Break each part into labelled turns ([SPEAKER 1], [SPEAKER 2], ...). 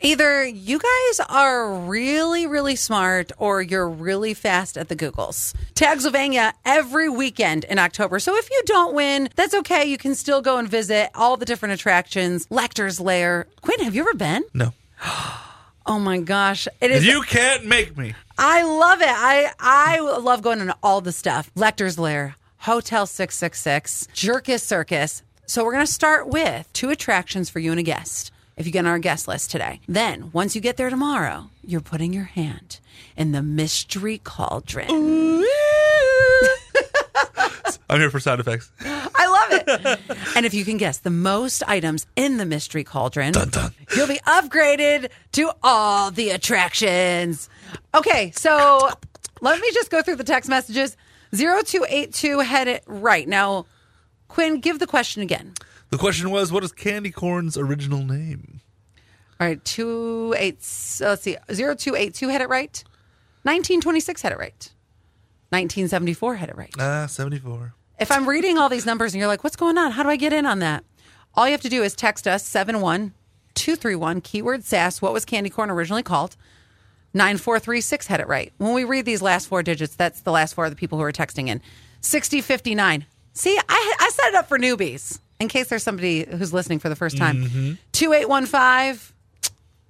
[SPEAKER 1] Either you guys are really, really smart or you're really fast at the Googles. Tagsylvania every weekend in October. So if you don't win, that's okay. You can still go and visit all the different attractions, Lecter's Lair. Quinn, have you ever been?
[SPEAKER 2] No.
[SPEAKER 1] Oh my gosh. It is
[SPEAKER 2] You can't make me.
[SPEAKER 1] I love it. I I love going on all the stuff. Lecter's Lair, Hotel 666, Jerkus Circus. So we're going to start with two attractions for you and a guest. If you get on our guest list today, then once you get there tomorrow, you're putting your hand in the mystery cauldron.
[SPEAKER 2] I'm here for sound effects.
[SPEAKER 1] I love it. and if you can guess the most items in the mystery cauldron,
[SPEAKER 2] Dun, dun.
[SPEAKER 1] you'll be upgraded to all the attractions. Okay, so let me just go through the text messages. 0282 head it right. Now, Quinn, give the question again.
[SPEAKER 2] The question was, what is candy corn's original name?
[SPEAKER 1] All right, 28 let's see. 0282 head it right. 1926 had it right. 1974 had it right.
[SPEAKER 2] Ah, 74.
[SPEAKER 1] If I'm reading all these numbers and you're like, what's going on? How do I get in on that? All you have to do is text us 71231, keyword SAS, what was candy corn originally called? 9436 had it right. When we read these last four digits, that's the last four of the people who are texting in. 6059. See, I, I set it up for newbies in case there's somebody who's listening for the first time.
[SPEAKER 2] Mm-hmm.
[SPEAKER 1] 2815.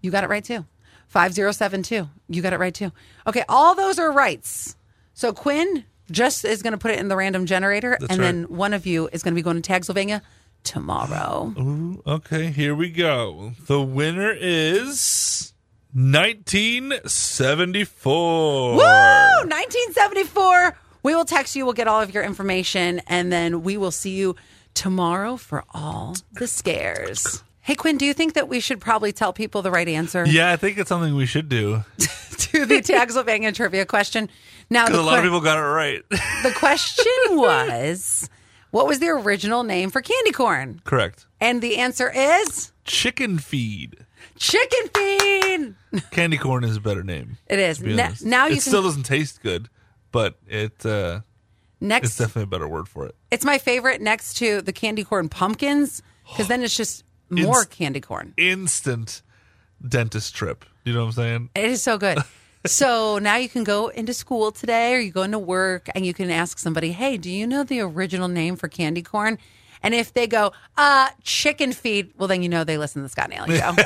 [SPEAKER 1] You got it right too. 5072. You got it right too. Okay, all those are rights. So Quinn just is going to put it in the random generator,
[SPEAKER 2] That's
[SPEAKER 1] and
[SPEAKER 2] right.
[SPEAKER 1] then one of you is going to be going to Tagsylvania tomorrow.
[SPEAKER 2] Ooh, okay, here we go. The winner is 1974.
[SPEAKER 1] Woo! 1974. We will text you. We'll get all of your information, and then we will see you tomorrow for all the scares. Hey, Quinn, do you think that we should probably tell people the right answer
[SPEAKER 2] Yeah, I think it's something we should do.
[SPEAKER 1] to the Tagsylvania trivia question? Now, the
[SPEAKER 2] Because a lot of
[SPEAKER 1] que-
[SPEAKER 2] people got it right.
[SPEAKER 1] the question was what was the original name for candy corn?
[SPEAKER 2] Correct.
[SPEAKER 1] And the answer is
[SPEAKER 2] Chicken feed.
[SPEAKER 1] chicken feed.
[SPEAKER 2] Candy corn is a better name.
[SPEAKER 1] It is.
[SPEAKER 2] to be
[SPEAKER 1] Ne-
[SPEAKER 2] honest.
[SPEAKER 1] now
[SPEAKER 2] it
[SPEAKER 1] you can-
[SPEAKER 2] still doesn't taste good, but it uh, it's
[SPEAKER 1] Next,
[SPEAKER 2] definitely a better word for it.
[SPEAKER 1] it's my favorite next to the candy corn pumpkins because then it's just more
[SPEAKER 2] Inst-
[SPEAKER 1] candy corn.
[SPEAKER 2] Instant dentist trip. You know what I'm saying?
[SPEAKER 1] It is so good. so now you can go into school today or you go into work and you can ask somebody, hey, do you know the original name for candy corn? And if they go, uh, chicken feed, well, then you know they listen to the Scott and Allie show.